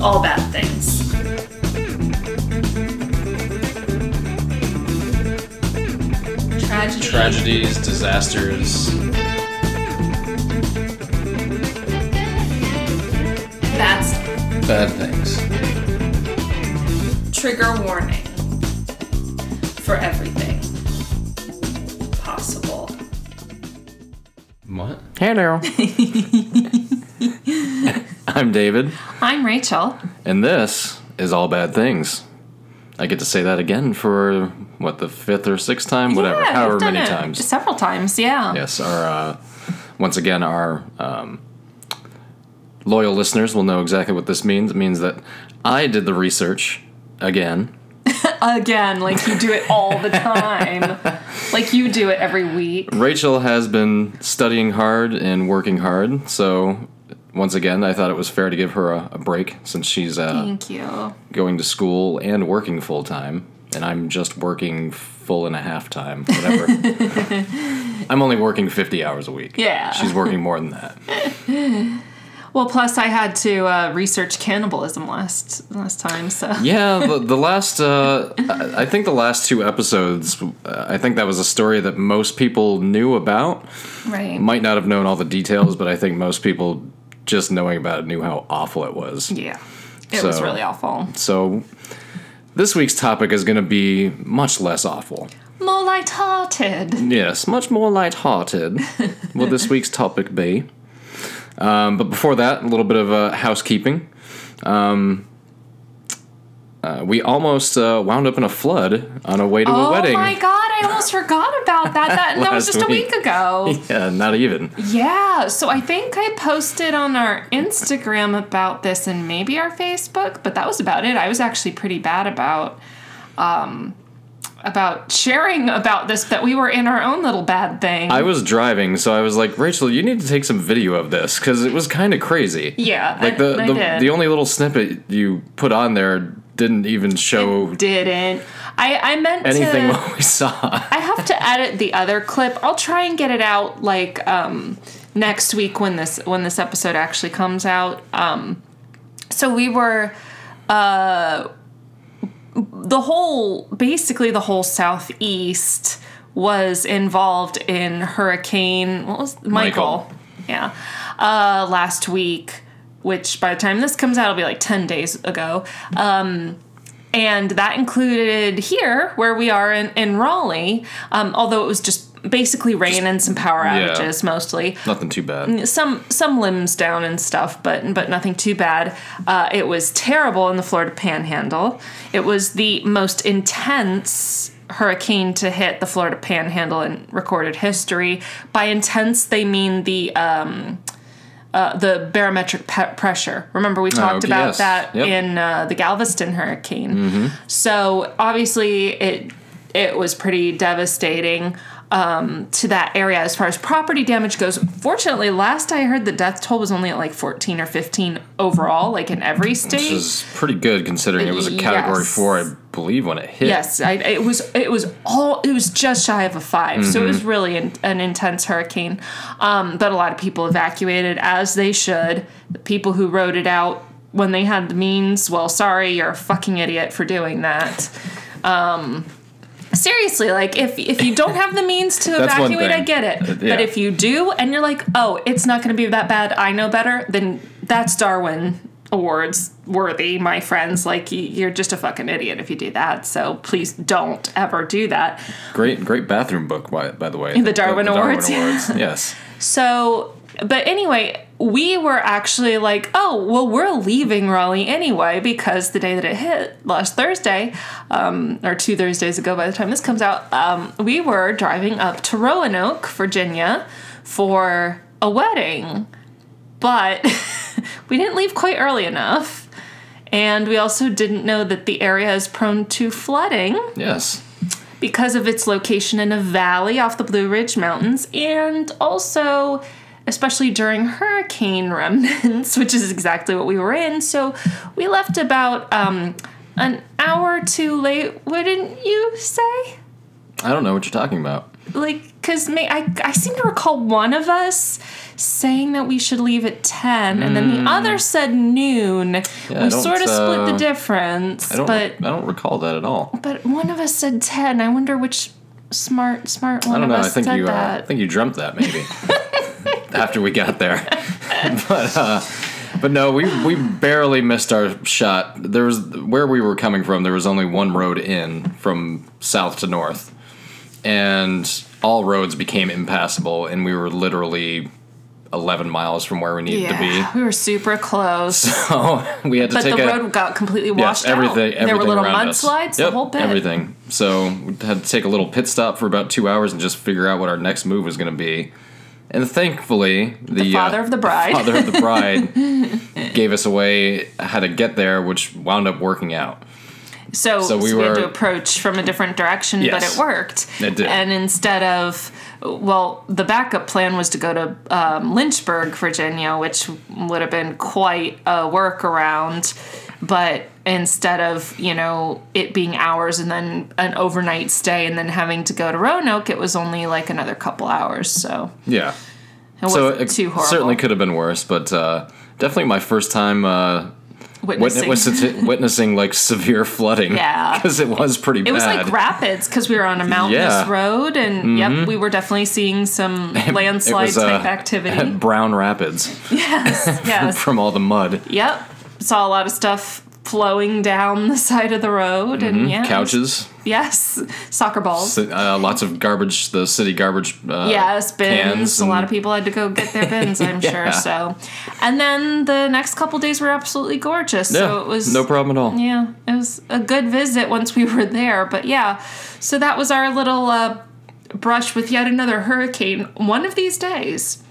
all bad things. Tragedy. Tragedies, disasters, That's bad things. trigger warning for everything possible. What? Hello. I'm David, I'm Rachel. and this is All Bad Things. I get to say that again for what the fifth or sixth time, whatever, Yeah, however we've done many it times. Several times, yeah. Yes, our uh, once again our um, loyal listeners will know exactly what this means. It means that I did the research again. Again, like you do it all the time. like you do it every week. Rachel has been studying hard and working hard, so once again, I thought it was fair to give her a, a break since she's uh, Thank you. going to school and working full time, and I'm just working full and a half time, whatever. I'm only working 50 hours a week. Yeah. She's working more than that. Well, plus I had to uh, research cannibalism last last time, so Yeah, the, the last, uh, I I think the last two episodes, uh, I think that was a story that most people knew about. right. Might not have known all the details, but I think most people just knowing about it knew how awful it was. yeah, it So- was really awful. So this week's topic is going to be much less awful. More light-hearted. Yes, much more lighthearted will this week's topic be. Um, but before that, a little bit of uh, housekeeping. Um, uh, we almost uh, wound up in a flood on our way to a Oh wedding. my god, I almost forgot about that. That, that was Last just a week. week ago. Yeah, not even. Yeah, so I think I posted on our Instagram about this and maybe our Facebook, but that was about it. I was actually pretty bad about um about sharing about this that we were in our own little bad thing. I was driving, so I was like, Rachel, you need to take some video of this because it was kind of crazy. yeah, Like the I, I the, did. the only little snippet you put on there didn't even show didn't. I I meant anything to what we saw. I have to edit the other clip. I'll try and get it out like um, next week when this when this episode actually comes out. Um, so we were uh, the whole basically the whole southeast was involved in Hurricane what was Michael. Michael. Yeah, uh, last week. Which by the time this comes out, it'll be like ten days ago Um, and that included here where we are in, in Raleigh. Um, although it was just basically rain and some power yeah. outages mostly. Nothing too Mm, bad. Some some limbs down and stuff, but but nothing too bad. Uh, it was terrible in the Florida Panhandle. It was the most intense hurricane to hit the Florida Panhandle in recorded history. By intense, they mean the um, uh, the barometric pe- pressure. Remember, we talked okay, about Oh, yes. that Yep. Mm-hmm. in uh, the Galveston hurricane. So obviously, it it was pretty devastating um, to that area as far as property damage goes. Fortunately, last I heard, the death toll was only at like fourteen or fifteen overall, like in every state. Which is pretty good considering it was a category Yes. four, I believe, when it hit. Yes, I, it was. It was all. It was just shy of a 5 so it was really an, an intense hurricane. Um, but a lot of people evacuated as they should. The people who rode it out when they had the means. Well, sorry, you're a fucking idiot for doing that. Um, seriously, like if if you don't have the means to That's one evacuate, I thing. get it. Uh, yeah. But if you do, and you're like, oh, it's not going to be that bad. I know better. Then that's Darwin awards worthy, my friends. Like y- you're just a fucking idiot if you do that. So please don't ever do that. Great, great bathroom book, by, by the way. The Darwin Awards, yeah. yes. So, but anyway, we were actually like, oh, well, we're leaving Raleigh anyway because the day that it hit last Thursday, um, or two Thursdays ago by the time this comes out, um, we were driving up to Roanoke, Virginia for a wedding. But we didn't leave quite early enough. And we also didn't know that the area is prone to flooding Yes. because of its location in a valley off the Blue Ridge Mountains, and also, especially during hurricane remnants, which is exactly what we were in. So we left about um, an hour too late, wouldn't you say? I don't know what you're talking about. like because I, I seem to recall one of us saying that we should leave at 10 and then the other said noon Hmm. I we don't, sort of split the uh, difference I don't. but I don't recall that at all. but one of us said 10 i wonder which smart smart one I don't of know. I us think said you. Uh, I that think you dreamt that maybe after we got there. but uh, but no, we we barely missed our shot. There was where we were coming from. There was only one road in from south to north, and all roads became impassable, and we were literally. 11 miles from where we needed yeah, to be. we were super close, Oh, we had to but take the a, road got completely washed yes, everything, out. everything there were little around us. mudslides, the Yep, whole bit. Everything. So we had to take a little pit stop for about two hours and just figure out what our next move was going to be. And thankfully, the, The father of the bride. father of the bride, gave us a way how to get there, which wound up working out. So, So we we, had were- to approach from a different direction, but Yes. it worked. It did. And instead of, well, the backup plan was to go to um, Lynchburg, Virginia, which would have been quite a workaround. But instead of, you know, it being hours and then an overnight stay and then having to go to Roanoke, it was only like another couple hours. So Yeah. it so wasn't it too horrible. certainly could have been worse, but uh, definitely my first time uh, Witnessing. witnessing. witnessing like severe flooding. Yeah. Because it was pretty bad. It was like rapids because we were on a mountainous Yeah. Mm-hmm. road, and yep, we were definitely seeing some It landslide was, type uh, activity. Brown Rapids yes, from all the mud. yep. Saw a lot of stuff flowing down the side of the road, Mm-hmm. and yeah, Couches. Yes, soccer balls. uh, lots of garbage, the city garbage. Uh, Yes, bins. cans A lot and- of people had to go get their bins, I'm Yeah. sure. So, and then the next couple days were absolutely gorgeous. Yeah, so it was no problem at all. Yeah, it was a good visit once we were there. But yeah, so that was our little uh, brush with yet another hurricane. One of these days,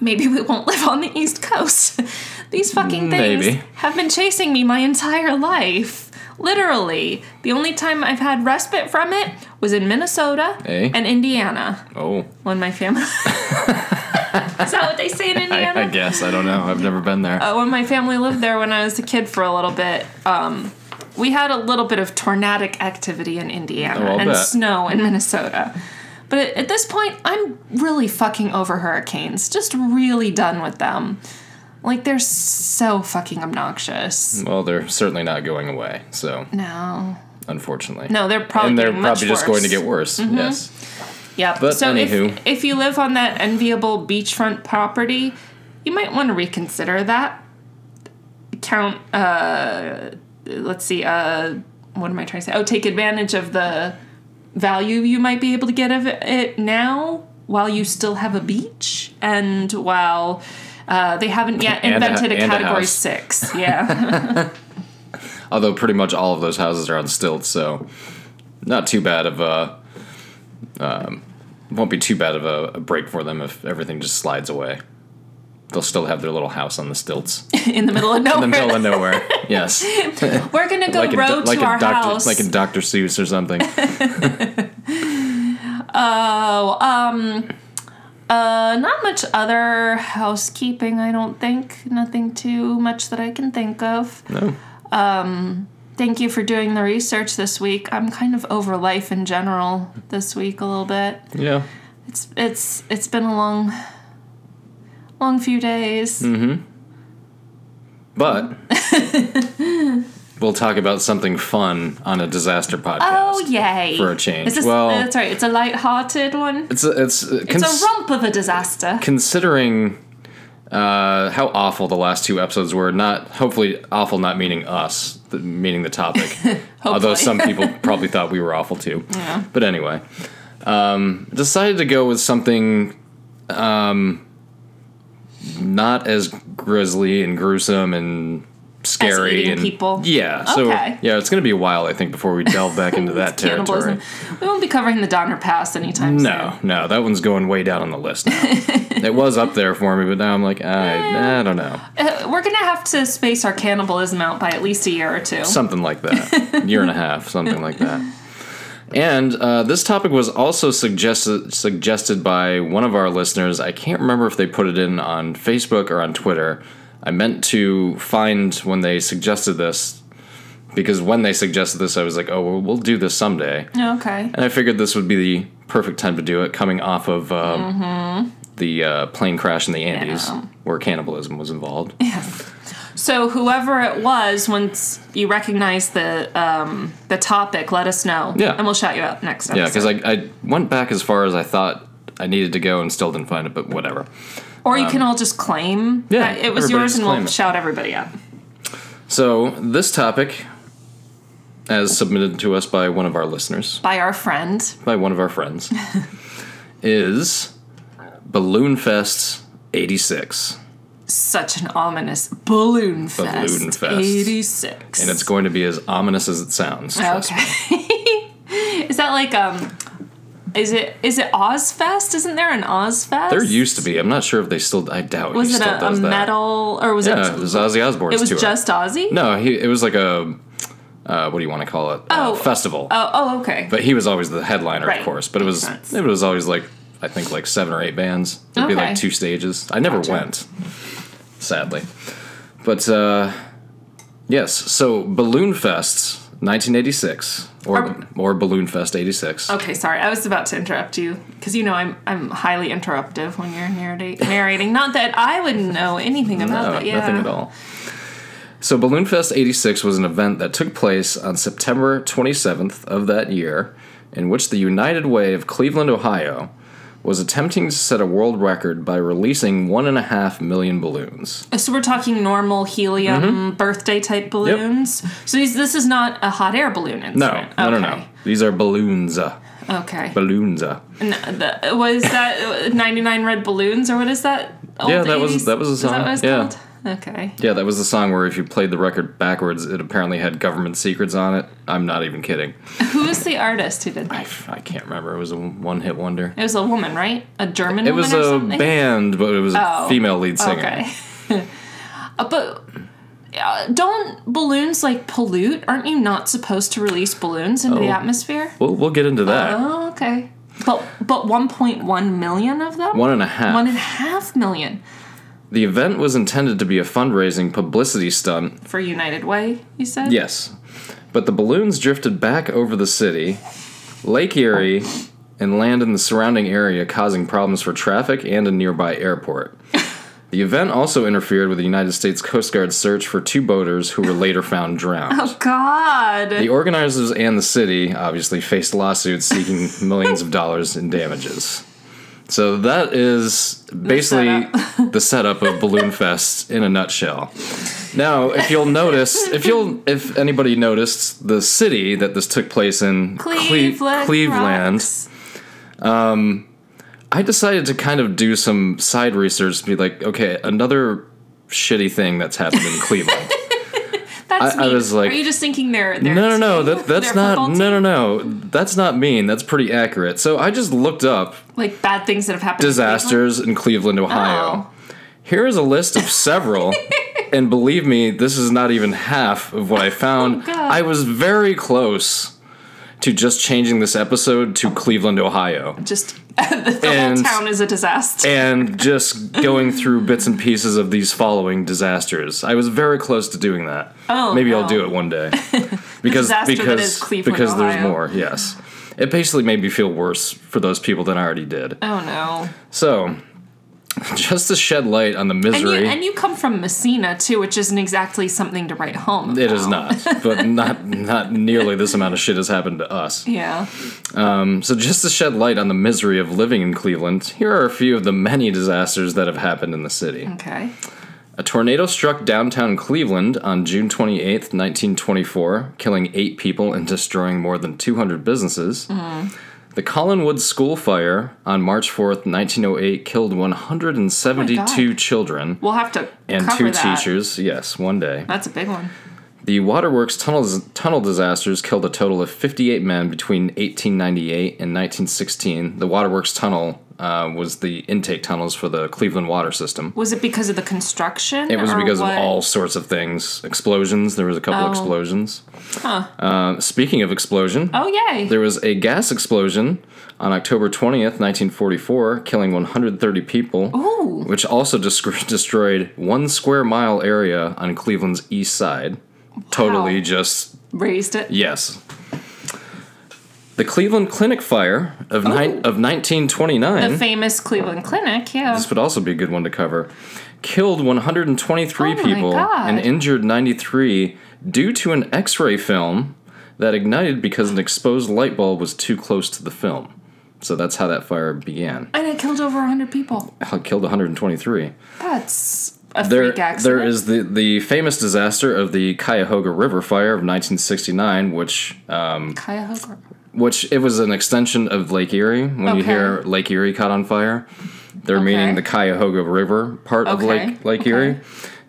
maybe we won't live on the East Coast. these fucking things Maybe. have been chasing me my entire life. Literally, the only time I've had respite from it was in Minnesota Eh? and Indiana Oh, when my family. Is that what they say in Indiana? I, I guess I don't know. I've never been there. uh, when my family lived there when I was a kid for a little bit, um, we had a little bit of tornadic activity in Indiana Oh, I'll and bet. snow in Minnesota. But at, at this point, I'm really fucking over hurricanes. Just really done with them. Like they're so fucking obnoxious. well, they're certainly not going away. So, No, unfortunately, no, they're probably Mm. and they're getting much probably just going to worse. Mm-hmm. get worse. Yes, Yep. But so anywho. if if you live on that enviable beachfront property, you might want to reconsider that. Count. Uh, let's see. Uh, what am I trying to say? Oh, take advantage of the value you might be able to get of it now, while you still have a beach and while. Uh, they haven't yet And a- invented a, and a category house. six. Yeah. although pretty much all of those houses are on stilts, so not too bad of a. Um, won't be too bad of a, a break for them if everything just slides away. They'll still have their little house on the stilts in in the middle of nowhere. the middle of nowhere. Yes, We're going to go in row Do- like to in our Dr. house. like in Dr. Seuss or something. um, Uh, not much other housekeeping, I don't think. Nothing too much that I can think of. No. Um, thank you for doing the research this week. I'm kind of over life in general this week a little bit. yeah. It's it's it's been a long, long few days. Hmm. But we'll talk about something fun on a disaster podcast. Oh yay! For a change. Is this, Well- that's right. It's a light-hearted one. It's a, it's, uh, It's cons- a rump of a disaster. considering uh, how awful the last two episodes were. Not hopefully awful, not meaning us, th- meaning the topic. Although some people probably thought we were awful too. Yeah. But anyway, um, decided to go with something um, not as grisly and gruesome and scary eating and people. Yeah. So Okay. yeah, it's going to be a while I think before we delve back into that territory. Cannibalism. We won't be covering the Donner Pass anytime soon. No, no, that one's going way down on the list now. it was up there for me, but now I'm like, I, I don't know. Uh, we're gonna have to space our cannibalism out by at least a year or two. Something like that. Year and a half, something like that. And uh, this topic was also suggested suggested by one of our listeners. I can't remember if they put it in on Facebook or on Twitter. I meant to find when they suggested this because when they suggested this, I was like, oh, well, we'll do this someday. Okay. And I figured this would be the perfect time to do it, coming off of uh, the uh, plane crash in the Andes, Yeah. where cannibalism was involved. So whoever it was, once you recognize the um, the topic, let us know. Yeah. And we'll shout you out next episode. Yeah, because I, I went back as far as I thought I needed to go and still didn't find it, but whatever. Or you can all just claim um, yeah, that it was everybody yours just and we'll claim it. shout everybody out. So, this topic, as submitted to us by one of our listeners, By our friend. by one of our friends, is Balloon Fest 86. Such an ominous balloon fest. Balloon fest. 86. And it's going to be as ominous as it sounds. trust me. Oh, Okay. is that like um is it is it Ozfest? Isn't there an Ozfest? There used to be. I'm not sure if they still. I doubt he was it still a, a does that. metal or was Yeah, it it was Ozzy Osbourne's it was tour. just Ozzy? no, he, it was like a uh, what do you want to call it? Oh. uh, festival. Oh, oh okay. But he was always the headliner, Right. of course. But it was Makes sense. it was always like I think like seven or eight bands. It'd be Okay. like two stages. I never Gotcha. went, sadly. But uh, yes, so Balloon Fest, 1986, or Are- or Balloon Fest 86. Okay, sorry. I was about to interrupt you because you know I'm I'm highly interruptive when you're narrati- narrating. Not that I would know anything about No, that. Oh, Yeah. Uh, nothing at all. So Balloon Fest 86 was an event that took place on September 27th of that year in which the United Way of Cleveland, Ohio was attempting to set a world record by releasing one and a half million balloons. So we're talking normal helium Mm-hmm. birthday type balloons. So these, this is not a hot air balloon No, incident. no, no, no. These are balloons. uh, no. Okay. Balloons. uh. N- the- was that uh, 99 red balloons or what is that? Old Yeah, that was- that was a Is that song, what it's yeah. called? Okay. Yeah, that was the song where if you played the record backwards, it apparently had government secrets on it. I'm not even kidding. Who is the artist who did that? I, I can't remember. It was a one hit wonder. It was a woman, right? A German It woman was or a something? band, but it was a Oh, female lead singer. Okay. Uh, but uh, don't balloons like pollute? Aren't you not supposed to release balloons into the Oh. atmosphere? We'll, we'll get into that. Oh, okay. But but 1.1 million of them. One and a half. One and a half million the event was intended to be a fundraising publicity stunt. for United Way. You said. Yes. But the balloons drifted back over the city, Lake Erie, and land in the surrounding area, causing problems for traffic and a nearby airport. The event also interfered with the United States Coast Guard's search for two boaters who were later found drowned. Oh God. The organizers and the city obviously faced lawsuits seeking millions of dollars in damages. So that is basically the setup of Balloon Fest in a nutshell. Now, if you'll notice, if you'll if anybody noticed the city that this took place in, Cle- Cleveland. Cleveland, rocks. I decided to kind of do some side research to be like, okay, another shitty thing that's happened in Cleveland. That's I- I mean. was like- Are you just thinking they're, they're No, no, no. team? That, that's Their not. football No, team? no, no. That's not mean. That's pretty accurate. So I just looked up Like bad things that have happened. in disasters in Cleveland, Ohio. Oh. Here is a list of several, and believe me, this is not even half of what I found. Oh, God. I was very close to just changing this episode to Cleveland, Ohio, Cleveland? Just the whole And- town is a disaster. and just going through bits and pieces of these following disasters. I was very close to doing that. Oh, maybe no. I'll do it one day because disaster that because is Cleveland, because there's Ohio. more. Yes, it basically made me feel worse for those people than I already did. oh no. So, just to shed light on the And you, misery, and you come from Messina too, which isn't exactly something to write home. it is about. not, but not not nearly this amount of shit has happened to us. Yeah. So, just to shed light on the misery of living in Cleveland, here are a few of the many disasters that have happened in the city. Okay. A tornado struck downtown Cleveland on June 28, 1924, killing eight people and destroying more than 200 businesses. Mm-hmm. The Collinwood School Fire on March 4, 1908, killed 172 children We'll have to and Oh cover two that. teachers. Yes, one day. That's a big one. The waterworks tunnels, tunnel disasters killed a total of 58 men between 1898 and 1916. The waterworks tunnel uh, was the intake tunnels for the Cleveland water system. Was it because of the construction? It was or because what? of all sorts of things. Explosions. There was a couple Oh. explosions. Uh, speaking of explosion, Oh yay! there was a gas explosion on October 20th, 1944, killing 130 people, Ooh. which also desc- destroyed one square mile area on Cleveland's east side. Totally just raised it. Yes. The Cleveland Clinic fire of, nine of 1929. The famous Cleveland Clinic, yeah. this would also be a good one to cover. Killed 123 Oh my people God. and injured 93 due to an x ray film that ignited because an exposed light bulb was too close to the film. So that's how that fire began. And it killed over 100 people. Killed 123. That's a There, freak accident. there is the, the famous disaster of the Cuyahoga River fire of 1969, which Cuyahoga. which it was an extension of Lake Erie. When you Okay. hear Lake Erie caught on fire, they're meaning the Cuyahoga River part of Okay, Lake Lake okay. Erie,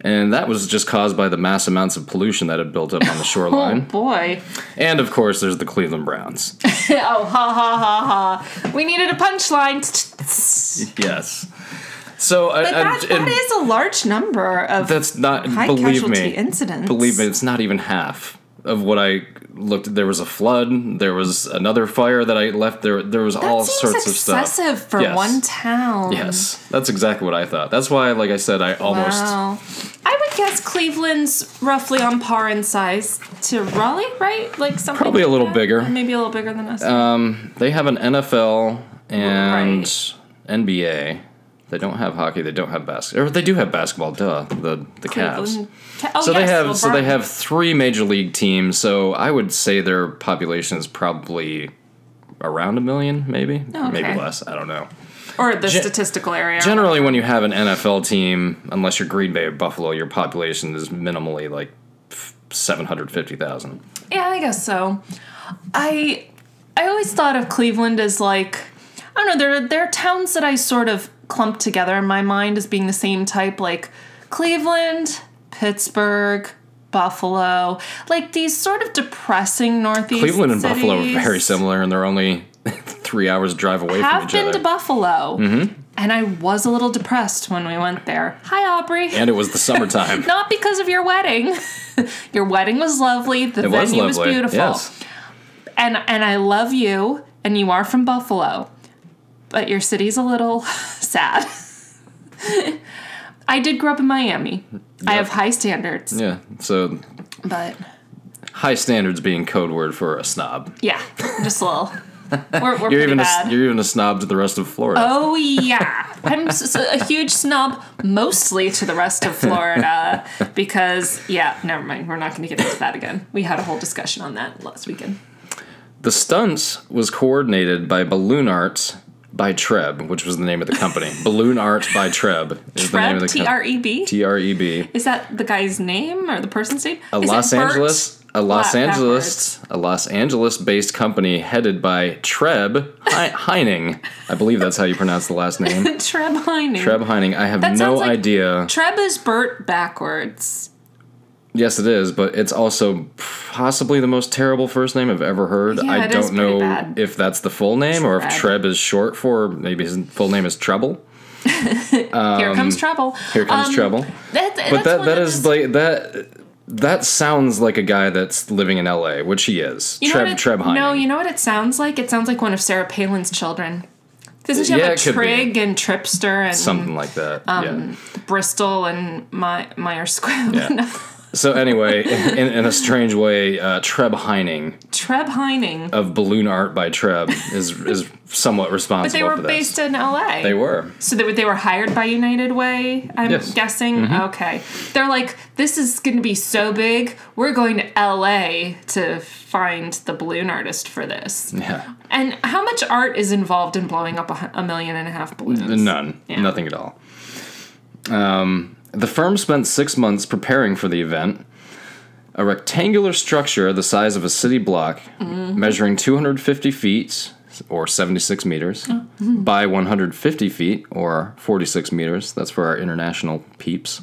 and that was just caused by the mass amounts of pollution that had built up on the Oh shoreline. boy. And of course, there's the Cleveland Browns. Oh, ha ha ha ha. We needed a punchline. yes. So I, But I- that, and that is a large number of that's not high believe casualty me. incidents. Believe me, it's not even half of what I looked. There was a flood. There was another fire that I left. There there was That all seems sorts of stuff. excessive for Yes. one town. Yes, that's exactly what I thought. That's why, like I said, I almost. Um, Wow. I would guess Cleveland's roughly on par in size to Raleigh, right? Like something Probably a like little that? bigger. Uh, maybe a little bigger than us. They have an NFL and Right. NBA. They don't have hockey. They don't have basketball. Or they do have basketball. Duh, the the Cavs. Cleveland. Ca- Oh, So yes, they have so they LeBron. have three major league teams. So I would say their population is probably around a million, maybe, maybe Oh, Okay. less. I don't know. or the gen- statistical area. Generally, when you have an NFL team, unless you're Green Bay or Buffalo, your population is minimally like seven hundred fifty thousand. Yeah, I guess so. I I always thought of Cleveland as like I don't know, there there are towns that I sort of clump together in my mind as being the same type, like Cleveland, Pittsburgh, Buffalo, like these sort of depressing northeast. Cleveland and Buffalo cities. are very similar, and they're only three hours drive away from Have each been other. to Mm-hmm. Buffalo, and I was a little depressed when we went there. Hi, Aubrey. and it was the summertime. Not because of your wedding. your wedding was lovely. The it venue was lovely. was beautiful. Yes. and and I love you, and you are from Buffalo, but your city's a little sad. I did grow up in Miami. I have high standards, Yeah. So but high standards being code word for a snob. yeah, just a little. We're, we're You're pretty even bad. a, you're even a snob to the rest of Florida. Oh yeah, I'm s- s- a huge snob, mostly to the rest of Florida, because yeah, never mind. We're not going to get into that again. We had a whole discussion on that last weekend. The stunts was coordinated by Balloon Arts by Treb, which was the name of the company. Balloon Arts by Treb is the name of the Treb, T company. R E B. T R E B. Is that the guy's name or the person's name? a Is Los it Bert? Angeles, a Los Flat Angeles, a Los Angeles-based company headed by Treb Hi- Heining. I believe that's how you pronounce the last name. Treb Heining. Treb Heining. I have That no sounds like- idea. Treb is Bert backwards. Yes, it is, but it's also possibly the most terrible first name I've ever heard. Yeah, I it is don't pretty know bad. if that's the full name or if Treb. Treb is short for maybe his full name is Treble. Here comes trouble. Um, Here comes Um, Treble. That, that's But that one that of is those- like that that sounds like a guy that's living in LA, which he is. You know Treb what it- Treb Heining. No, you know what it sounds like? It sounds like one of Sarah Palin's children. Doesn't she Yeah, have a it could be. Trig and Tripster and something like that. Um, yeah. Bristol and My- Myers Squibb? Yeah. So anyway, in, in a strange way, uh, Treb Heining Treb Heining. of Balloon Art by Treb is is somewhat responsible they were for this. based in LA. they were. So they were, they were hired by United Way, I'm Yes. Mm-hmm. guessing. Okay. They're like, this is going to be so big. We're going to LA to find the balloon artist for this. Yeah. And how much art is involved in blowing up a, hu- a million and a half balloons? None. Nothing at all. Um, the firm spent six months preparing for the event. A rectangular structure the size of a city block, Mm-hmm. measuring 250 feet or 76 meters Oh. by 150 feet or 46 meters. That's for our international peeps.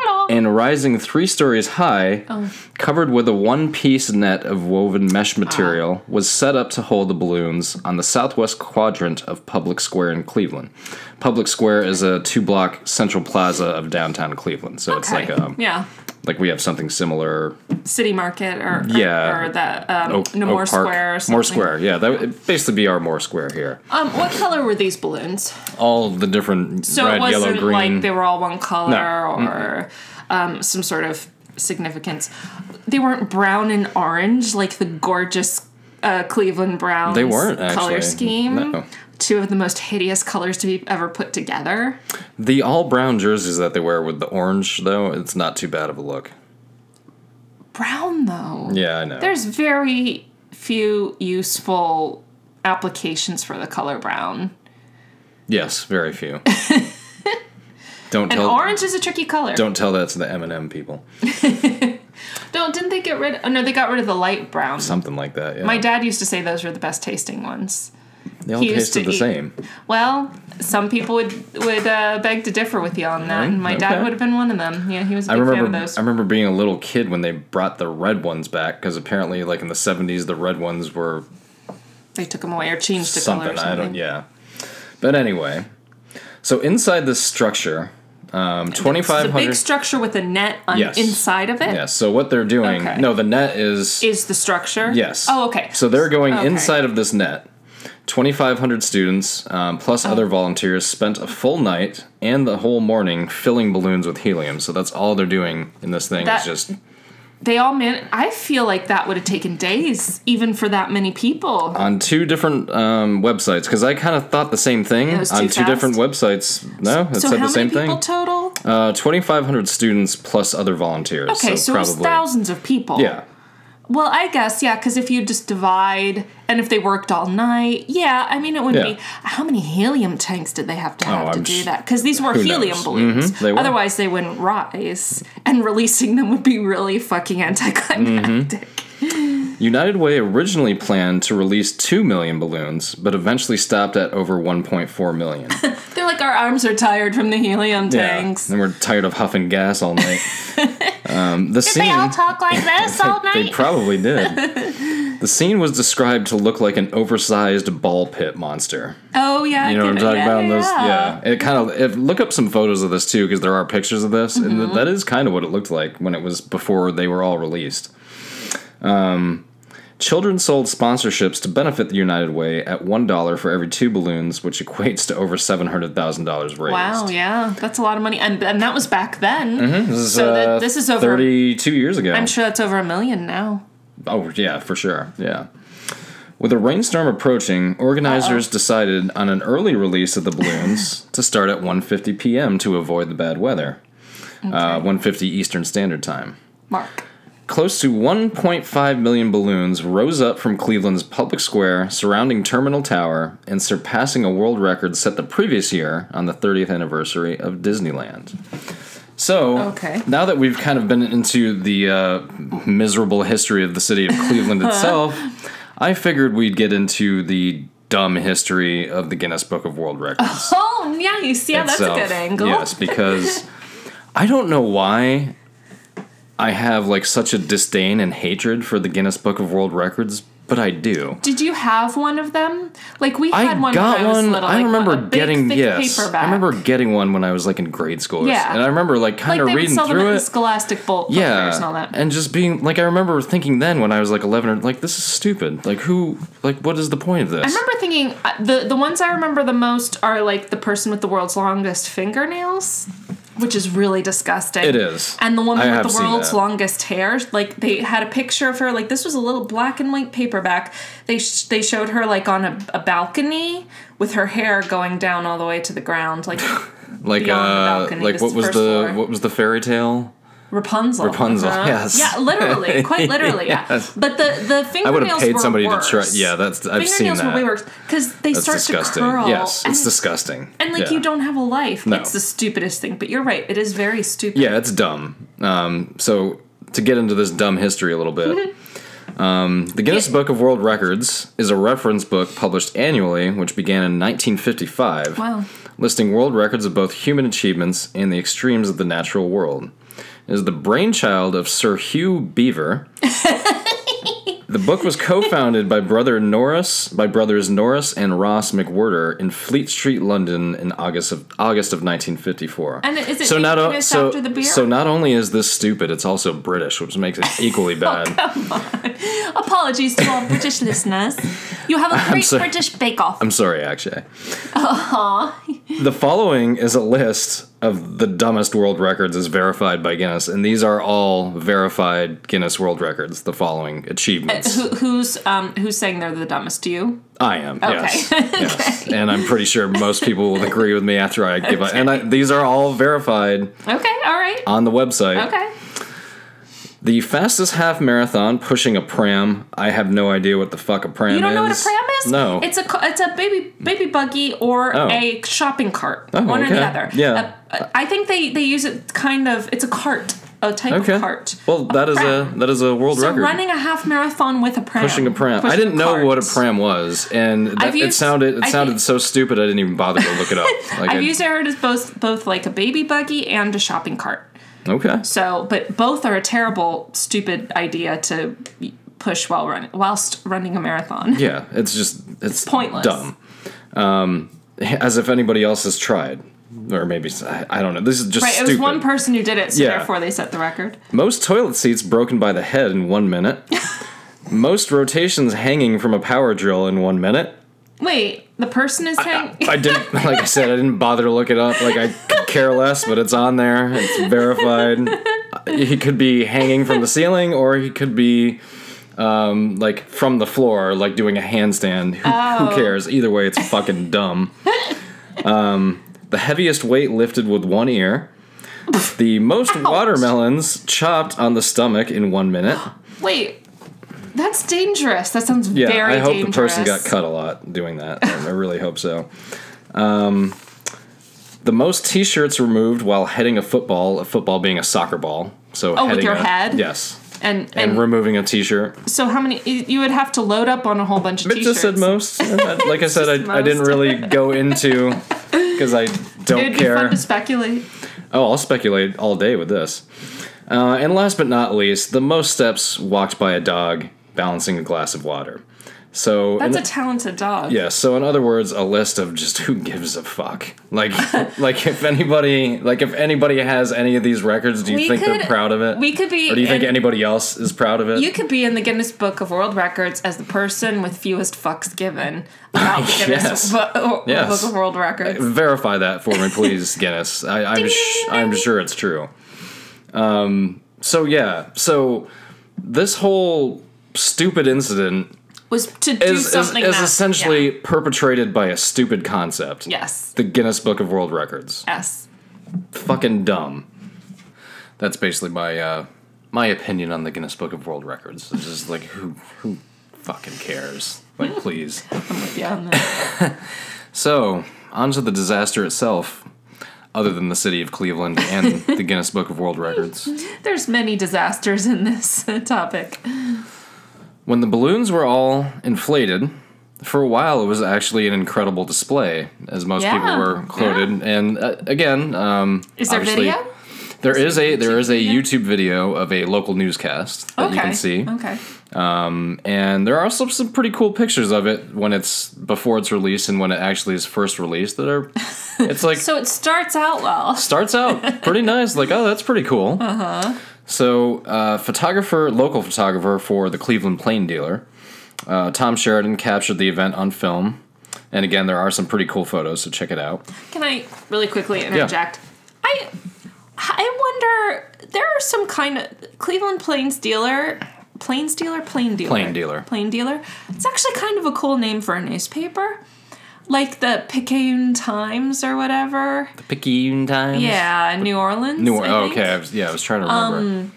Hello. and rising three stories high, Oh. covered with a one piece net of woven mesh Ah. material, was set up to hold the balloons on the southwest quadrant of Public Square in Cleveland. Public Square is a two block central plaza of downtown Cleveland, so it's like um, Okay. a, yeah. like we have something similar. City Market or, or- Yeah. or, the um, Oak, no, Oak Moore Park- Square or something. Moore Square, yeah, that would basically be our Moore Square here. Um, what color were these balloons? All the different So red, it wasn't yellow, green. like they were all one color No. or um, some sort of significance. They weren't brown and orange like the gorgeous uh, Cleveland Browns. They weren't actually. color scheme. No. Two of the most hideous colors to be ever put together. The all brown jerseys that they wear with the orange, though, it's not too bad of a look. Brown though. Yeah, I know. There's very few useful applications for the color brown. yes, very few. don't And tell. orange is a tricky color. Don't tell that to the M and M people. No, didn't they get rid? Oh no, they got rid of the light brown. Something like that. Yeah. My dad used to say those were the best tasting ones. they all he used tasted to the eat- same. Well, some people would would uh, beg to differ with you on that. and My Mm-hmm. okay. dad would have been one of them. Yeah, he was a I big fan of remember. those. I remember being a little kid when they brought the red ones back because apparently, like in the '70s, the red ones were they took them away or changed the something. color. Or I something. don't. Yeah. But anyway, so inside this structure, um, twenty It's five a big hundred. structure with a net on Yes. inside of it. Is Yes. So what they're doing? Okay. No, the net is the structure? Yes. Oh, okay. So they're going Okay. inside of this net. 2,500 students, um, plus Oh. other volunteers, spent a full night and the whole morning filling balloons with helium. So that's all they're doing in this thing. That- is just they all man. I feel like that would have taken days, even for that many people. on two different um, websites. Because I kind of thought the same thing was on too two different websites. No, it so said how the same many people thing. total? uh, 2,500 students plus other volunteers. Okay, so, so it was probably thousands of people. yeah. Well, I guess yeah, because if you just divide and if they worked all night, yeah, I mean it would Yeah. Oh, be how many helium tanks did they have to have to I'm do sh- that? Because these were helium knows? balloons. Mhm, they were. Otherwise, they wouldn't rise, and releasing them would be really fucking Mm-hmm. anticlimactic. United Way originally planned to release 2 million balloons, but eventually stopped at over 1.4 million. They're like our arms are tired from the helium tanks. And we're tired of huffing gas all night. um, the scene. They all talk like this all night. they probably did. the scene was described to look like an oversized ball pit monster. oh yeah, You know what I'm yeah, talking about? Yeah. Those, yeah. It kind of if, look up some photos of this too, because there are pictures of this, and Mm-hmm. th- that is kind of what it looked like when it was before they were all released. Um, children sold sponsorships to benefit the United Way at one dollar for every two balloons, which equates to over seven hundred thousand dollars raised. Wow, yeah, that's a lot of money, and and that was back then. This is, So that- uh, this is over- 32 years ago. I'm sure that's over a million now. Oh, yeah, for sure. Yeah. With a rainstorm approaching, organizers decided on an early release of the balloons to start at 1:50 p.m. to avoid the bad weather. Uh, 1:50 Eastern Standard Time. Mark. Close to 1.5 million balloons rose up from Cleveland's public square surrounding Terminal Tower and surpassing a world record set the previous year on the 30th anniversary of Disneyland. So, Okay. now that we've kind of been into the uh, miserable history of the city of Cleveland itself, I figured we'd get into the dumb history of the Guinness Book of World Records. Oh yeah, you see, yeah, that's a itself. good angle. Yes, because I don't know why I have like such a disdain and hatred for the Guinness Book of World Records, but I do. Did you have one of them? Like we I had one. got when I was one. Little, I like, remember a big, getting thick yes. Paperback. I remember getting one when I was like in grade school. or s- Yeah. and I remember like kind like of they would reading sell them through in it. Scholastic Bowl yeah, yeah, and all that. and just being like, I remember thinking then when I was like eleven, or like this is stupid. Like who? Like what is the point of this? I remember thinking uh, the the ones I remember the most are like the person with the world's longest fingernails, which is really disgusting. It is. And the woman I have with the seen world's that. longest hair, like they had a picture of her. Like this was a little black and white paperback. They sh- they showed her like on a, a balcony with her hair going down all the way to the ground, like like beyond the uh, balcony, like this what was first the floor. what was the fairy tale? Rapunzel. Rapunzel, Uh-huh. yes. Yeah, literally, quite literally. Yes. Yeah. But the the fingernails I would have paid were somebody worse. to try. Yeah, that's I've seen fingernails that. were way worse because they That's start disgusting. to curl. Yes, and, it's disgusting. and, like yeah. you don't have a life. It's the stupidest thing. But you're right. It is very stupid. Yeah, it's dumb. Um, so to get into this dumb history a little bit, um, the Guinness Yeah. Book of World Records is a reference book published annually, which began in 1955, Wow. listing world records of both human achievements and the extremes of the natural world. It is the brainchild of Sir Hugh Beaver. The book was co-founded by brother Norris, by brothers Norris and Ross McWhirter in Fleet Street, London, in August of August of 1954. And is it so named not o- Guinness so after the beer? so not only is this stupid, it's also British, which makes it equally bad. Apologies to all British listeners. You have a great sorry. British Bake Off. I'm sorry, actually. The following is a list of the dumbest world records is verified by Guinness, and these are all verified Guinness World Records. The following achievements. Who, who's um, who's saying they're the dumbest? Do you? I am. Yes. yes. And I'm pretty sure most people will agree with me after I give up. And I, these are all verified Okay, all right. on the website. Okay. The fastest half marathon pushing a pram. I have no idea what the fuck a pram is. You don't know what a pram is? No. It's a ca- it's a baby baby buggy or Oh. a shopping cart. Oh, One or okay. the other. Yeah. A- I think they they use it kind of. It's a cart, a type okay. of cart. Well, that is a pram. that is a world so record. running a half marathon with a pram. pushing a pram. I Pushing didn't know what a carts. pram was, and that, I've it used- sounded it I sounded think- so stupid. I didn't even bother to look it up. Like I- I've used it as both both like a baby buggy and a shopping cart. Okay. So, but both are a terrible, stupid idea to push while run whilst running a marathon. Yeah, it's just it's pointless. dumb. Um, as if anybody else has tried, or maybe I, I don't know. This is just Right, stupid. it was one person who did it, so Yeah. therefore they set the record. Most toilet seats broken by the head in one minute. Most rotations hanging from a power drill in one minute. Wait, the person is saying I didn't, like I said, I didn't bother to look it up. Like I could care less, but it's on there. It's verified. He could be hanging from the ceiling, or he could be um, like from the floor, like doing a handstand. Who, who cares? Either way, it's fucking dumb. Um, the heaviest weight lifted with one ear. The most watermelons chopped on the stomach in one minute. Wait, that's dangerous. That sounds Yeah, very I hope dangerous. the person got cut a lot doing that. I really hope so. Um, the most T-shirts removed while heading a football, a football being a soccer ball. So Oh, with heading your a- head? yes, And, and, and, removing a T-shirt. so how many? You you would have to load up on a whole bunch of It t-shirts. just said most. And I- like I said, just I, I didn't most. really go into because I don't It'd be care. fun to speculate. Oh, I'll speculate all day with this. Uh, and last but not least, the most steps walked by a dog balancing a glass of water. So That's in- a talented dog. Yeah, so in other words, a list of just who gives a fuck. Like like if anybody like if anybody has any of these records, do you We think they're could- proud of it? we could be Or do you think in- anybody else is proud of it? You could be in the Guinness Book of World Records as the person with fewest fucks given about the Guinness Yes. Bo- uh, Yes. Book of World Records. Verify that for me, please, Guinness. I, I'm sh- I'm sure it's true. Um. So yeah. So this whole stupid incident Was to do is is, something is that- essentially yeah. perpetrated by a stupid concept. yes, The Guinness Book of World Records. yes. fucking dumb. That's basically my uh, my opinion on the Guinness Book of World Records. It's just like who who fucking cares? Like please. Yeah, I'm like, So onto the disaster itself. Other than the city of Cleveland and the Guinness Book of World Records. there's many disasters in this topic. When the balloons were all inflated, for a while it was actually an incredible display, as most people Yeah, were quoted. And uh, again, um, Is there obviously- video? There is a there is a YouTube video of a local newscast okay. that Uh-huh. you can see. Okay. and there are also some pretty cool pictures of it when it's before it's released and when it actually is first released that are it's like So it starts out well. starts out pretty nice like oh that's pretty cool uh-huh so uh, photographer local photographer for the cleveland plain dealer uh, tom sheridan captured the event on film and again there are some pretty cool photos so check it out Can I really quickly interject? I I wonder there are some kind of Cleveland Plains dealer Plains dealer Plain dealer Plain Dealer. Plain dealer. It's actually kind of a cool name for a newspaper. Like the Picayune Times or whatever. the picayune times Yeah, New Orleans. New, I oh, think. Um, okay I was, yeah i was trying to remember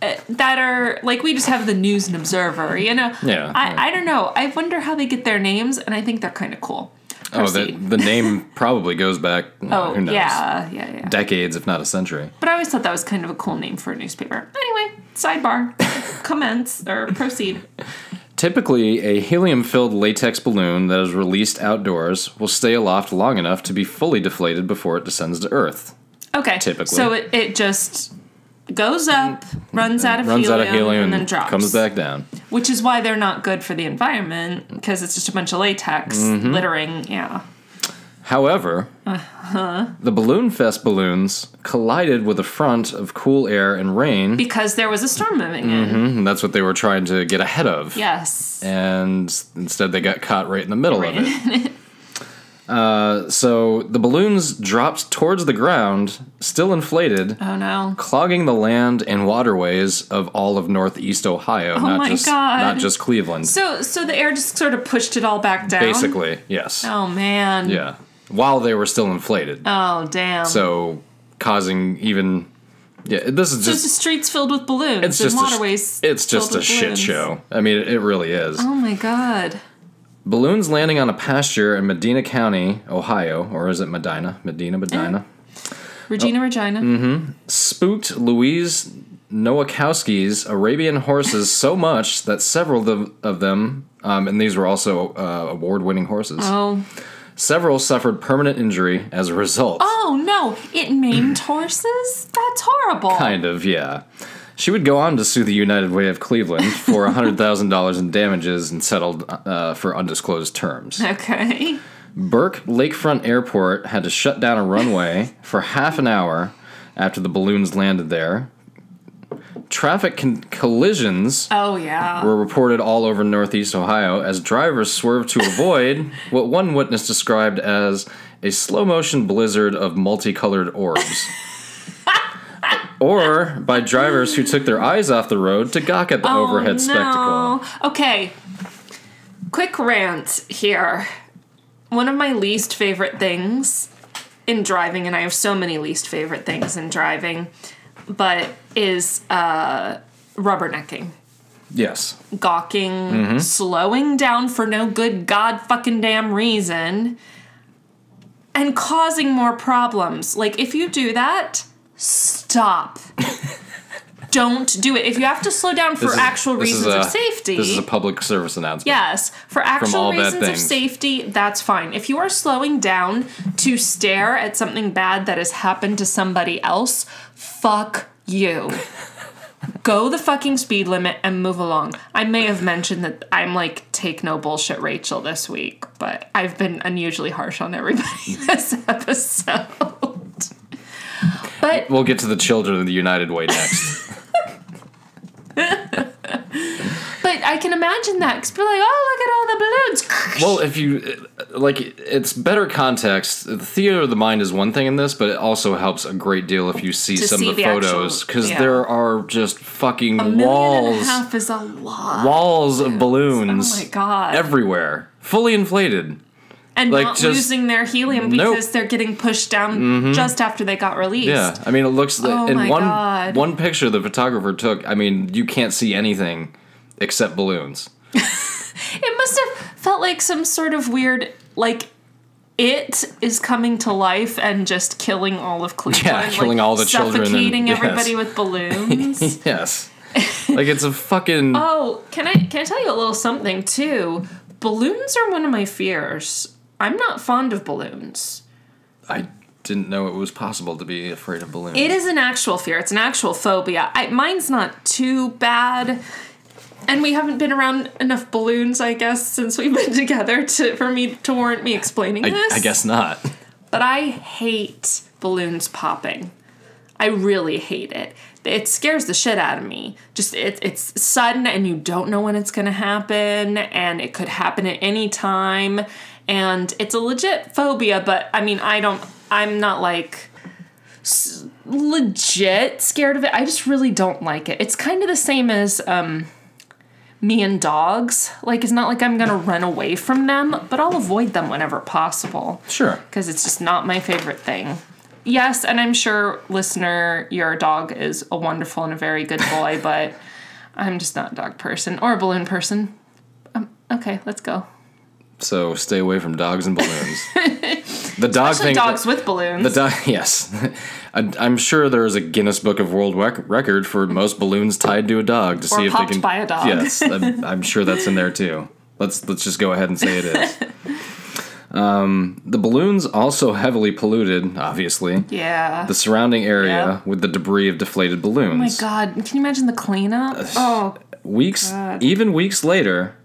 Uh, That are like we just have the News and Observer, you know. Yeah, I, yeah. I don't know. I wonder how they get their names, and I think they're kind of cool. oh the, Proceed. the name probably goes back oh who knows yeah, yeah, yeah. decades if not a century But I always thought that was kind of a cool name for a newspaper. Anyway, sidebar, comments, or proceed. Typically, a helium filled latex balloon that is released outdoors will stay aloft long enough to be fully deflated before it descends to Earth. Okay. Typically. So it, it just goes up, runs out of Runs helium, out of and helium and, then drops. comes back down. Which is why they're not good for the environment, because it's just a bunch of latex Mm-hmm. littering. Yeah. However, Uh-huh. the Balloon Fest balloons collided with a front of cool air and rain, Because there was a storm moving in. and that's what they were trying to get ahead of. Yes. And instead, they got caught right in the middle of it. Uh, Uh, so the balloons dropped towards the ground, still inflated, Oh no. clogging the land and waterways of all of Northeast Ohio, not Oh my just God. not just Cleveland. So so the air just sort of pushed it all back down. basically, yes, Oh man. yeah. While they were still inflated, Oh damn. so causing even yeah. This is So it's just just streets filled with balloons it's and just waterways. A, sh- it's just filled a with shit balloons. show. I mean, it, it really is. Oh my god. Balloons landing on a pasture in Medina County, Ohio, or is it Medina? Medina, Medina. Regina Oh. Regina. Mm-hmm. spooked Louise Nowakowski's Arabian horses so much that several of, of them, um, and these were also uh, award winning horses, Oh. several suffered permanent injury as a result. Oh no! It named horses? That's horrible. Kind of, yeah. She would go on to sue the United Way of Cleveland for $100,000 in damages and settled uh, for undisclosed terms. Okay. Burke Lakefront Airport had to shut down a runway for half an hour after the balloons landed there. Traffic con- collisions Oh yeah. were reported all over Northeast Ohio as drivers swerved to avoid what one witness described as a slow motion blizzard of multicolored orbs. or by drivers who took their eyes off the road to gawk at the Oh, overhead spectacle. spectacle. Oh, Okay. Quick rant here. One of my least favorite things in driving, and I have so many least favorite things in driving, but is uh, rubbernecking, Yes. gawking, Mm-hmm. slowing down for no good god fucking damn reason, and causing more problems. Like, if you do that, stop. Don't do it. If you have to slow down for This is- actual this is reasons of a- safety, This is a public service announcement. Yes, for all actual bad reasons of things. safety, that's fine. If you are slowing down to stare at something bad that has happened to somebody else, fuck you. Go the fucking speed limit and move along. I may have mentioned that I'm like take no bullshit Rachel this week, but I've been unusually harsh on everybody this episode. But We'll get to the children of the United Way next. but I can imagine that because people are like, oh look at all the balloons. well, if you like, it's better context. The theater of the mind is one thing in this, but it also helps a great deal if you see To some see of the, the actual- photos because yeah. there are just fucking Million and a walls, half is a lot. walls of balloons Oh my god. everywhere, fully inflated. and Like, not just- losing their helium Nope. Mm-hmm. because they're getting pushed down just after they got released. Yeah, I mean, it looks Oh in my one God. one picture the photographer took. I mean, you can't see anything except balloons. It must have felt like some sort of weird, like, it is coming to life and just killing all of Cleveland. Yeah, like, killing all the children and- Suffocating yes. everybody with balloons. Yes, like it's a fucking. oh, can I can I tell you a little something too? Balloons are one of my fears. I'm not fond of balloons. I didn't know it was possible to be afraid of balloons. It is an actual fear. It's an actual phobia. I, mine's not too bad. And we haven't been around enough balloons, I guess, since we've been together to for me to warrant me explaining I, this. I guess not. But I hate balloons popping. I really hate it. It scares the shit out of me. Just it, it's sudden and you don't know when it's gonna happen, and it could happen at any time. And it's a legit phobia, but I mean, I don't. I'm not like s- legit scared of it. I just really don't like it. It's kind of the same as um, me and dogs. Like, it's not like I'm gonna run away from them, but I'll avoid them whenever possible Sure. because it's just not my favorite thing. Yes, and I'm sure, listener, your dog is a wonderful and a very good boy, but I'm just not a dog person or a balloon person. Um, okay, let's go. So stay away from dogs and balloons. the dog Especially thing. dogs with The balloons. dog. Yes, I, I'm sure there is a Guinness Book of World Rec- Record for most balloons tied to a dog to Or see if they popped can. by a dog. Yes, I'm, I'm sure that's in there too. Let's let's just go ahead and say it is. Um, the balloons also heavily polluted, obviously, yeah. the surrounding area Yeah. with the debris of deflated balloons. Uh, oh my God, can you imagine the cleanup? Oh, Weeks, even weeks later,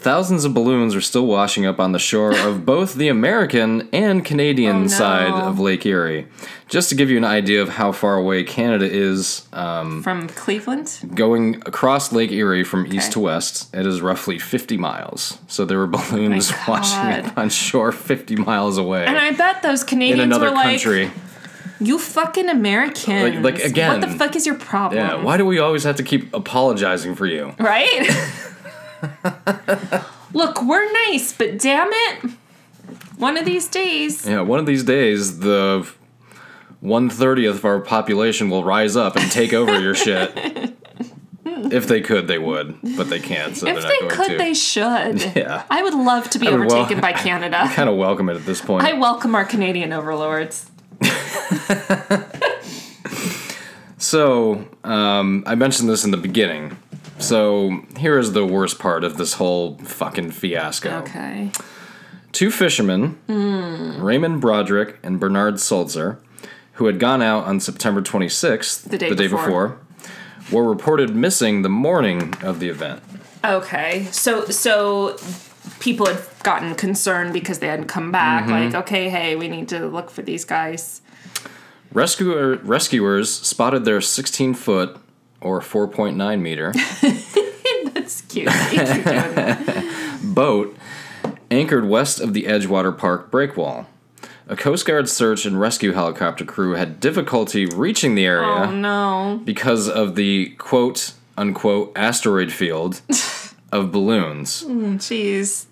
Thousands of balloons are still washing up on the shore of both the American and Canadian Oh, no. side of Lake Erie. Just to give you an idea of how far away Canada is, um, From Cleveland? going across Lake Erie from east Okay. Oh to west, it is roughly 50 miles. So there were balloons washing God. up on shore 50 miles away And I bet those in Canadians another were like, country. "You fucking Americans! Like- like, again. what the fuck is your problem? yeah, why do we always have to keep apologizing for you? Right? Look, we're nice, but damn it, one of these days, Yeah, one of these days, the one thirtieth of our population will rise up and take over your shit. If they could, they would, but they can't. So if they're not they going could, to. they should. Yeah. I would love to be would wel- overtaken by Canada. kind of welcome it at this point. I welcome our Canadian overlords. so um, I mentioned this in the beginning. So here is the worst part of this whole fucking fiasco. Okay. Hmm. two fishermen, Raymond Broderick and Bernard Sulzer, who had gone out on September 26th, The day before. before. were reported missing the morning of the event. Okay. So so people had gotten concerned because they hadn't come back. Mm-hmm. Like, okay, hey, we need to look for these guys. Rescuer, rescuers spotted their 16 foot or 4.9 meter That's cute. Thank you for doing that. boat anchored west of the Edgewater Park breakwall. A Coast Guard search and rescue helicopter crew had difficulty reaching the area. Oh no. because of the quote unquote asteroid field of balloons. Jeez.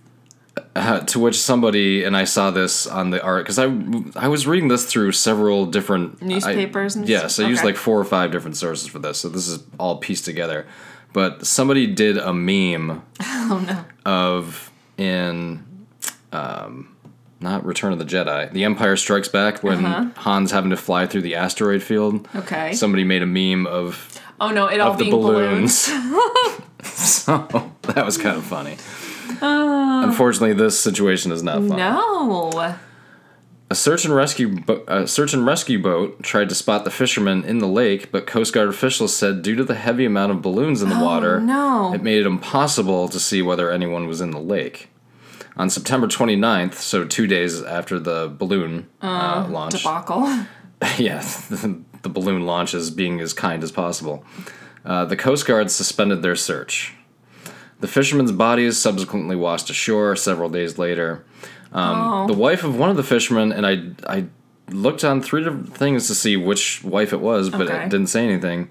Uh, to which somebody, and I saw this on the art because I I was reading this through several different I- Newspapers and- yes, I used okay. like four or five different sources for this, so this is all pieced together. But somebody did a meme Oh no. of in. Um, not Return of the Jedi. The Empire Strikes Back when Han's having to fly through the asteroid field. Uh-huh. Okay. Somebody made a meme of oh no, it all of the being balloons. balloons. so that was kind of funny. Unfortunately, this situation is not fun. No. A search and rescue bo- a search and rescue boat tried to spot the fishermen in the lake, but Coast Guard officials said due to the heavy amount of balloons in the water, no. it made it impossible to see whether anyone was in the lake. On September 29th, so two days after the balloon uh, launch, Debacle. yeah, the, balloon launch is being as kind as possible. Uh, the Coast Guard suspended their search. The fishermen's bodies subsequently washed ashore several days later. Oh. Um, The wife of one of the fishermen, and I, I looked on three different things to see which wife it was, but Okay. it didn't say anything.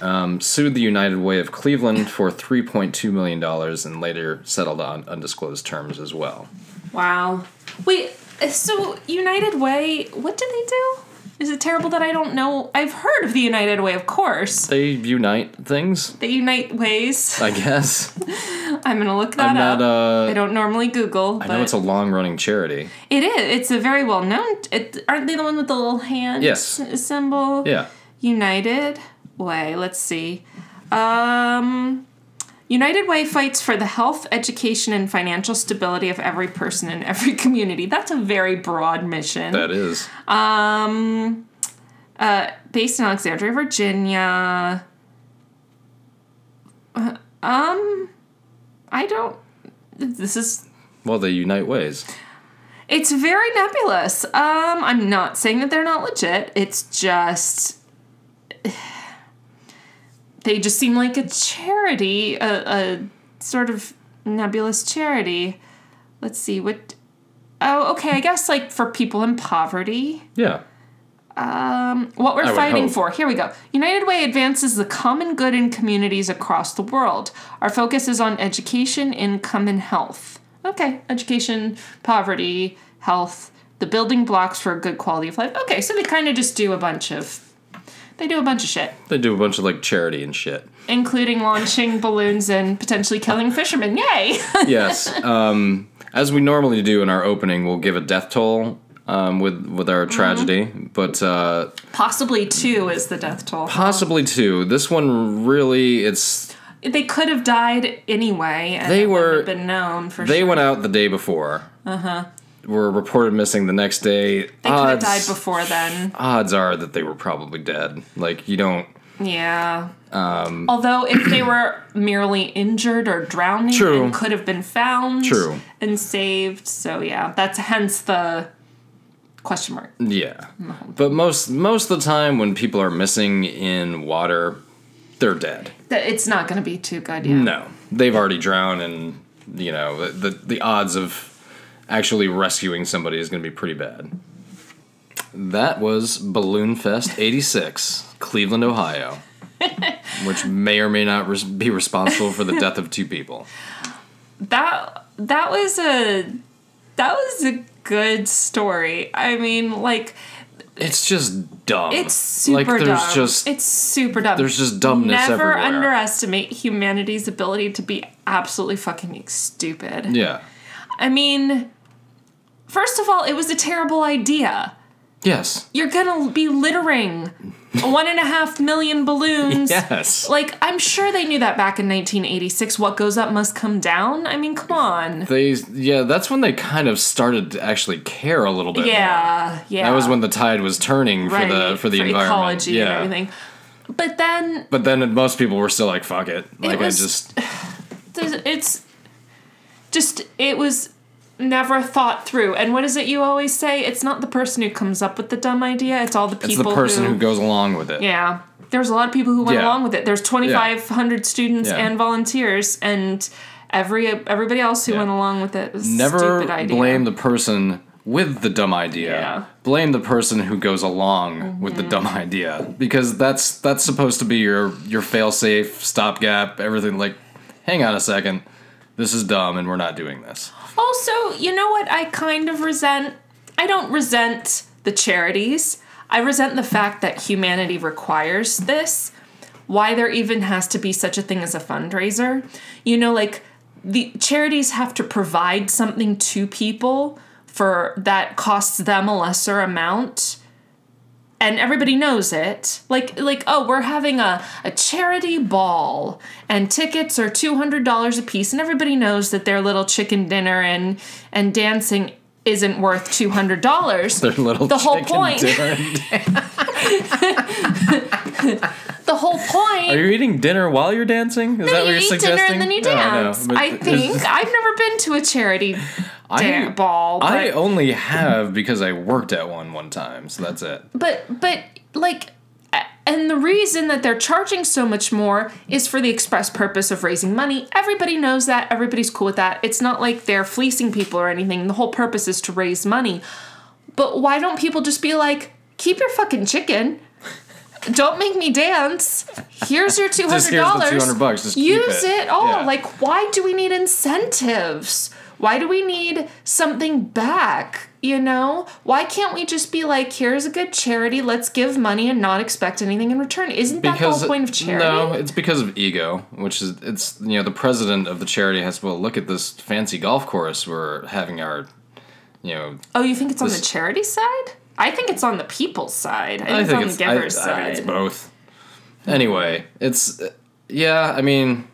Um, sued the United Way of Cleveland for $3.2 million and later settled on undisclosed terms as well. Wow. Wait, uh, so United Way, what did they do? Is it terrible that I don't know? I've heard of the United Way, of course. They unite things, They unite ways. I guess. I'm gonna look that I'm up. not, uh, I don't normally Google, but I know it's a long running charity. it is. It's a very well known. It, aren't they the one with the little hand Yes. s- symbol? Yeah. United Way. Let's see. Um, United Way fights for the health, education, and financial stability of every person in every community. That's a very broad mission. That is. Um, uh, based in Alexandria, Virginia. Uh, Um, I don't. This is. Well, they unite ways. It's very nebulous. Um, I'm not saying that they're not legit. It's just. They just seem like a charity, a, a sort of nebulous charity. Let's see what. Oh, okay. I guess like for people in poverty. Yeah. What we're would fighting hope. for. Here we go. United Way advances the common good in communities across the world. Our focus is on education, income, and health. Okay, education, poverty, health, the building blocks for a good quality of life. Okay, so they kind of just do a bunch of. They do a bunch of shit, They do a bunch of like charity and shit. including launching balloons and potentially killing fishermen. Yay! Yes. um, as we normally do in our opening, we'll give a death toll um, with with our tragedy, Mm-hmm. but uh, Possibly two is the death toll. possibly two. This one really, it's They could have died anyway, and They it wouldn't were- have been known for they sure. went out the day before. Uh huh. Were reported missing the next day. They could have Uh-huh. died before then. Odds are that they were probably dead. Like you don't. Yeah. Um, Although if they were merely injured or drowning, True. and could have been found True. and saved. So yeah, that's hence the question mark. Yeah. But most most of the time when people are missing in water, they're dead. That it's not going to be too good. Yeah. No. They've already drowned and you know, the the, the odds of actually rescuing somebody is going to be pretty bad. That was Balloon Fest 86, Cleveland, Ohio, which may or may not res- be responsible for the death of two people. That that was a that was a good story. I mean, like It's just dumb. it's super like there's dumb. just it's super dumb. there's just dumbness Never everywhere. underestimate humanity's ability to be absolutely fucking stupid. yeah. I mean, first of all, it was a terrible idea. Yes. You're gonna be littering one and a half million balloons. Yes. Like, I'm sure they knew that back in 1986. What goes up must come down. I mean, come on. They yeah, that's when they kind of started to actually care a little bit. more. Yeah, yeah. That was when the tide was turning for the for the environment. ecology yeah. and everything. But then But then most people were still like, "Fuck it!" Like was- I just there's, it's just it was never thought through. And what is it you always say? It's not the person who comes up with the dumb idea. It's all the people. it's the person who, goes along with it. Yeah. There's a lot of people who went Yeah. along with it. There's 2,500 students Yeah. and volunteers, and every everybody else who Yeah. went along with it. it was a Never stupid idea. blame the person with the dumb idea. Yeah. Mm-hmm. Blame the person who goes along with the dumb idea because that's that's supposed to be your your fail-safe, stopgap, everything. Like, hang on a second, this is dumb, and we're not doing this. Also, you know what I kind of resent? I don't resent the charities. I resent the fact that humanity requires this. Why there even has to be such a thing as a fundraiser. You know, like the charities have to provide something to people for that costs them a lesser amount. And everybody knows it. Like like, oh, we're having a, a charity ball and tickets are two hundred dollars a piece, and everybody knows that their little chicken dinner and and dancing isn't worth two hundred dollars. Their little The whole chicken point. dinner. The whole point Are you eating dinner while you're dancing? Is that what you you're eat suggesting? dinner and then you No, no, dance. but I it's- think I've never been to a charity I- dan- ball, but, I only have because I worked at one one time, so that's it. but but like, a- and the reason that they're charging so much more is for the express purpose of raising money. Everybody knows that. Everybody's cool with that. It's not like they're fleecing people or anything. The whole purpose is to raise money. But why don't people just be like, keep your fucking chicken. Don't make me dance. Here's your two here's hundred the dollars. $200. Just keep use it." it, all. Yeah. Like, why do we need incentives? Why do we need something back? You know, why can't we just be like, here's a good charity. Let's give money and not expect anything in return? Isn't that the whole point of charity? no, it's because of ego, which is it's you know the president of the charity has well look at this fancy golf course we're having our you know oh, you think it's on the This- charity side? I think it's on the people's side. I, I think think it's it's on the I- giver's I mean, side. it's both. Anyway, it's yeah. I mean,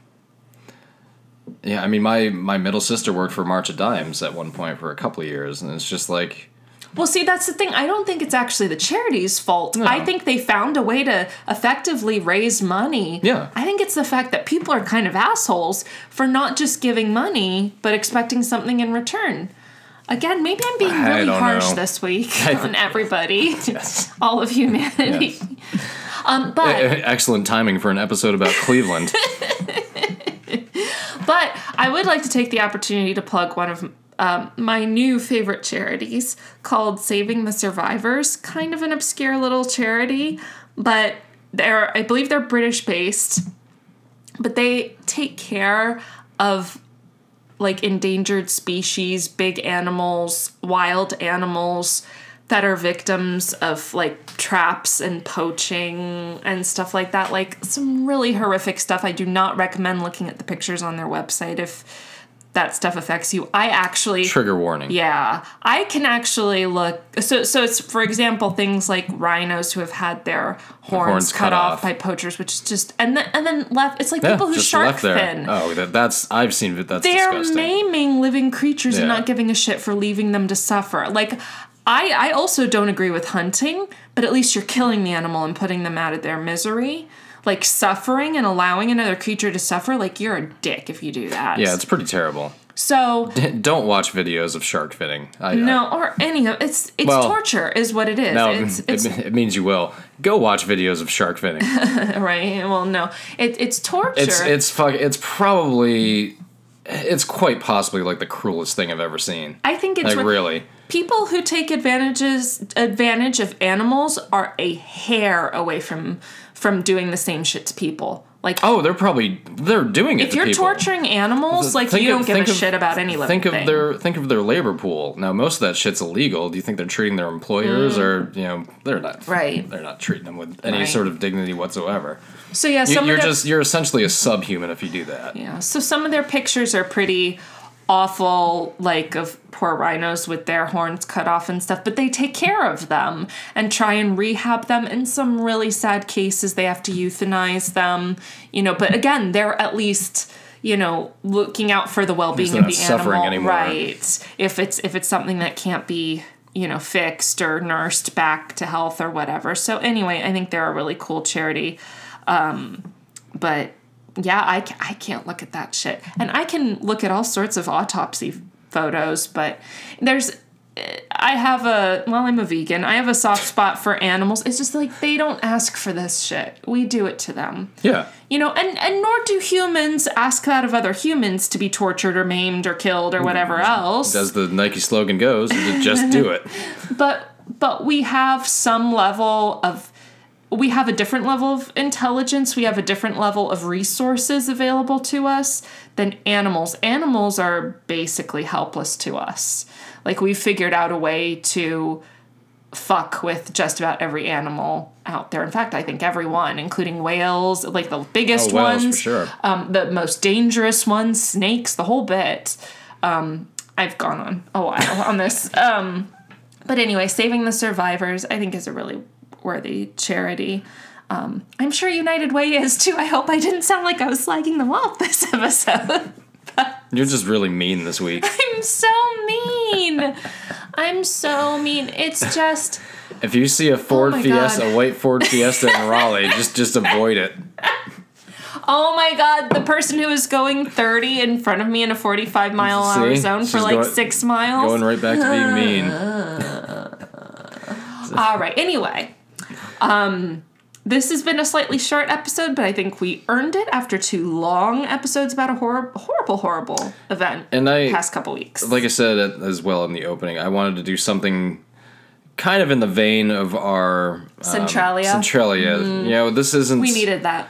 yeah. I mean, my my middle sister worked for March of Dimes at one point for a couple of years, and it's just like Well, see, that's the thing. I don't think it's actually the charity's fault. I think they found a way to effectively raise money. Yeah. I think it's the fact that people are kind of assholes for not just giving money, but expecting something in return. Again, maybe I'm being I really don't harsh know. this week on everybody, all of humanity. Yes. Um, but excellent timing for an episode about Cleveland. But I would like to take the opportunity to plug one of um, my new favorite charities called Saving the Survivors, kind of an obscure little charity, but they're I believe they're British based, but they take care of like endangered species, big animals, wild animals that are victims of like traps and poaching and stuff like that. Like some really horrific stuff. I do not recommend looking at the pictures on their website if that stuff affects you. I actually Trigger warning. yeah, I can actually look. So, so it's for example things like rhinos who have had their horns, horns cut, cut off, off. by poachers, which is just and then and then left. It's like Yeah, people who just shark left there. fin. Oh, that, that's I've seen vi- that's They're disgusting. maiming living creatures and Yeah. not giving a shit for leaving them to suffer. Like, I I also don't agree with hunting, but at least you're killing the animal and putting them out of their misery. like suffering and allowing another creature to suffer, like you're a dick if you do that. Yeah, it's pretty terrible. so Don't watch videos of shark finning. I, no, or any of it's it's Well, torture is what it is. No, it's, it, it's it means you will. Go watch videos of shark finning. right. Well, no, it, it's torture. It's it's fuck. It's probably it's quite possibly like the cruelest thing I've ever seen. I think it's Like what- really, people who take advantages advantage of animals are a hair away from from doing the same shit to people. Like oh, they're probably they're doing it. if to you're people. torturing animals, like Think you of- don't give a think of- shit about any living think of thing. their think of their labor pool. Now most of that shit's illegal. Do you think they're treating their employers or you know they're not Mm. Right. They're not treating them with any Right. sort of dignity whatsoever. so yeah, You, some you're of their, just you're essentially a subhuman if you do that. yeah, so some of their pictures are pretty awful like of poor rhinos with their horns cut off and stuff but they take care of them and try and rehab them in some really sad cases they have to euthanize them you know but again they're at least you know looking out for the well-being they're of the not suffering animal anymore. right if it's if it's something that can't be you know fixed or nursed back to health or whatever so anyway i think they're a really cool charity um but yeah, I, ca- I can't look at that shit. And I can look at all sorts of autopsy photos, but there's. eh, I have a. Well, I'm a vegan. I have a soft spot for animals. It's just like they don't ask for this shit. We do it to them. Yeah. You know, and, and nor do humans ask that of other humans to be tortured or maimed or killed or whatever else. As the Nike slogan goes, just do it. but but we have some level of we have a different level of intelligence we have a different level of resources available to us than animals animals are basically helpless to us like we've figured out a way to fuck with just about every animal out there in fact i think everyone including whales like the biggest Oh, whales, for ones sure. um, the most dangerous ones snakes the whole bit Um, I've gone on a while on this. Um, but anyway, saving the survivors, I think, is a really worthy charity. Um, I'm sure United Way is too. I hope I didn't sound like I was slagging them off this episode. You're just really mean this week. I'm so mean. I'm so mean. It's just If you see a Ford Oh my Fiesta, God. a white Ford Fiesta in Raleigh, just just avoid it. Oh my god, the person who was going 30 in front of me in a 45 mile an hour See? zone for She's like going- six miles. Going right back to being mean. All right, anyway. Um, this has been a slightly short episode, but I think we earned it after two long episodes about a hor- horrible, horrible event And I past couple weeks. like I said at- as well in the opening, I wanted to do something kind of in the vein of our um, Centralia. Mm. Centralia. You know, this isn't we needed that.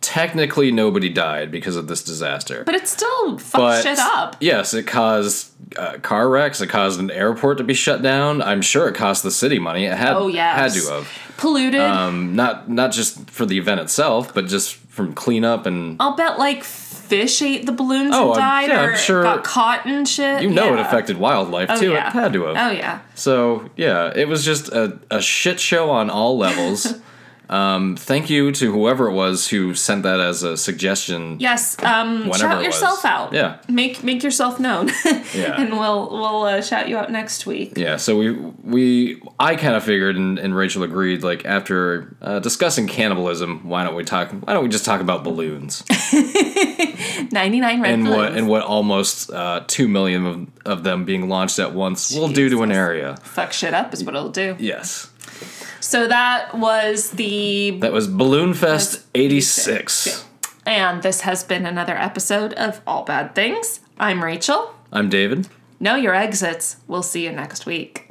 technically nobody died because of this disaster. But it still fucked shit up. Yes, it caused uh, car wrecks. It caused an airport to be shut down. I'm sure it cost the city money. It had Oh, yes. had to have. Polluted. Um, not not just for the event itself, but just from cleanup and I'll bet like fish ate the balloons Oh, and I'm- died yeah, I'm or sure- got caught and shit. you know it Yeah. affected wildlife Oh, too. yeah. It had to have. Oh, yeah. So yeah, it was just a, a shit show on all levels. um, thank you to whoever it was who sent that as a suggestion. Yes, um, Whenever shout it yourself was. out. Yeah. make make yourself known, Yeah. and we'll we'll uh, shout you out next week. Yeah, so we we I kind of figured, and, and Rachel agreed. Like after uh, discussing cannibalism, why don't we talk? Why don't we just talk about balloons Ninety nine red and what balloons. and what almost uh, two million of, of them being launched at once will do to an Jesus. area? Fuck shit up is what it'll do. Yes, So that was the that was Balloon Fest '86. and this has been another episode of All Bad Things. I'm Rachel. I'm David. Know your exits. We'll see you next week.